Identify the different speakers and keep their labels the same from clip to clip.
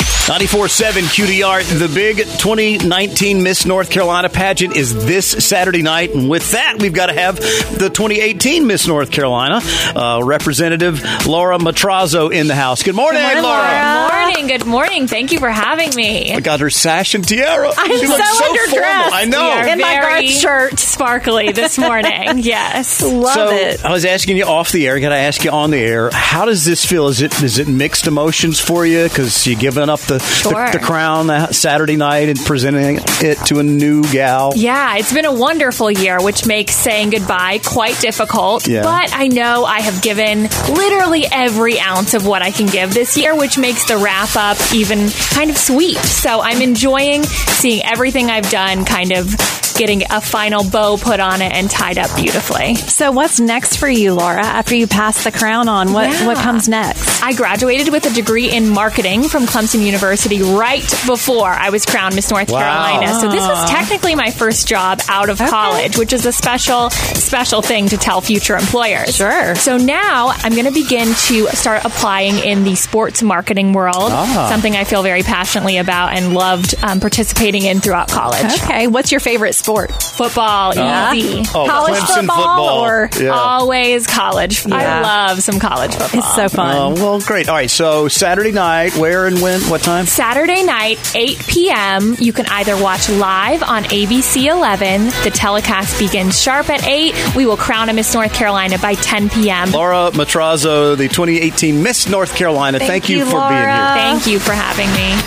Speaker 1: 94.7 QDR. The big 2019 Miss North Carolina pageant is this Saturday night. And with that, we've got to have the 2018 Miss North Carolina uh, representative Laura Matrazzo in the house. Good morning,
Speaker 2: Good morning,
Speaker 1: Laura.
Speaker 2: Laura.
Speaker 3: Good morning. Good morning. Thank you for having me.
Speaker 1: I got her sash and tiara.
Speaker 3: I'm
Speaker 1: she looks so
Speaker 3: underdressed.
Speaker 1: formal. I know.
Speaker 3: We are
Speaker 2: In my
Speaker 3: very
Speaker 2: Garth shirt.
Speaker 3: sparkly this morning. yes.
Speaker 2: Love
Speaker 1: so
Speaker 2: it.
Speaker 1: I was asking you off the air. Got to ask you on the air. How does this feel? Is it is it mixed emotions for you? Because you giving up the,
Speaker 3: Sure.
Speaker 1: the the crown that Saturday night and presenting it to a new gal.
Speaker 3: Yeah, it's been a wonderful year, which makes saying goodbye quite difficult.
Speaker 1: Yeah.
Speaker 3: But I know I have given literally every ounce of what I can give this year, which makes the wrap up even kind of sweet. So I'm enjoying seeing everything I've done, kind of getting a final bow put on it and tied up beautifully.
Speaker 2: So what's next for you, Laura? After you pass the crown on, what
Speaker 3: Yeah.
Speaker 2: what comes next?
Speaker 3: I graduated with a degree in marketing from Clemson University right before I was crowned Miss North
Speaker 1: Wow.
Speaker 3: Carolina. So this was technically my first job out of college, which is a special, special thing to tell future employers.
Speaker 2: Sure.
Speaker 3: So now I'm going to begin to start applying in the sports marketing world,
Speaker 1: Ah.
Speaker 3: something I feel very passionately about and loved um, participating in throughout college.
Speaker 2: Okay, what's your favorite sport?
Speaker 3: Football, easy.
Speaker 1: Oh,
Speaker 2: College
Speaker 1: Clemson
Speaker 2: football or-
Speaker 1: yeah.
Speaker 3: Always college. I
Speaker 2: Yeah.
Speaker 3: love some college football.
Speaker 2: It's so fun.
Speaker 1: Uh, well, great. All right. So Saturday night, where and when? What time?
Speaker 3: Saturday night, 8 p.m., you can either watch live on ABC 11. The telecast begins sharp at 8. We will crown a Miss North Carolina by 10 p.m.
Speaker 1: Laura Matrazzo, the 2018 Miss North Carolina. Thank, you,
Speaker 2: you,
Speaker 1: for being
Speaker 2: Laura.
Speaker 1: here.
Speaker 3: Thank you for having me.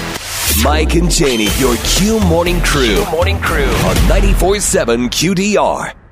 Speaker 4: Mike and Janie, your Q Morning Crew. Q Morning Crew on 94.7 QDR.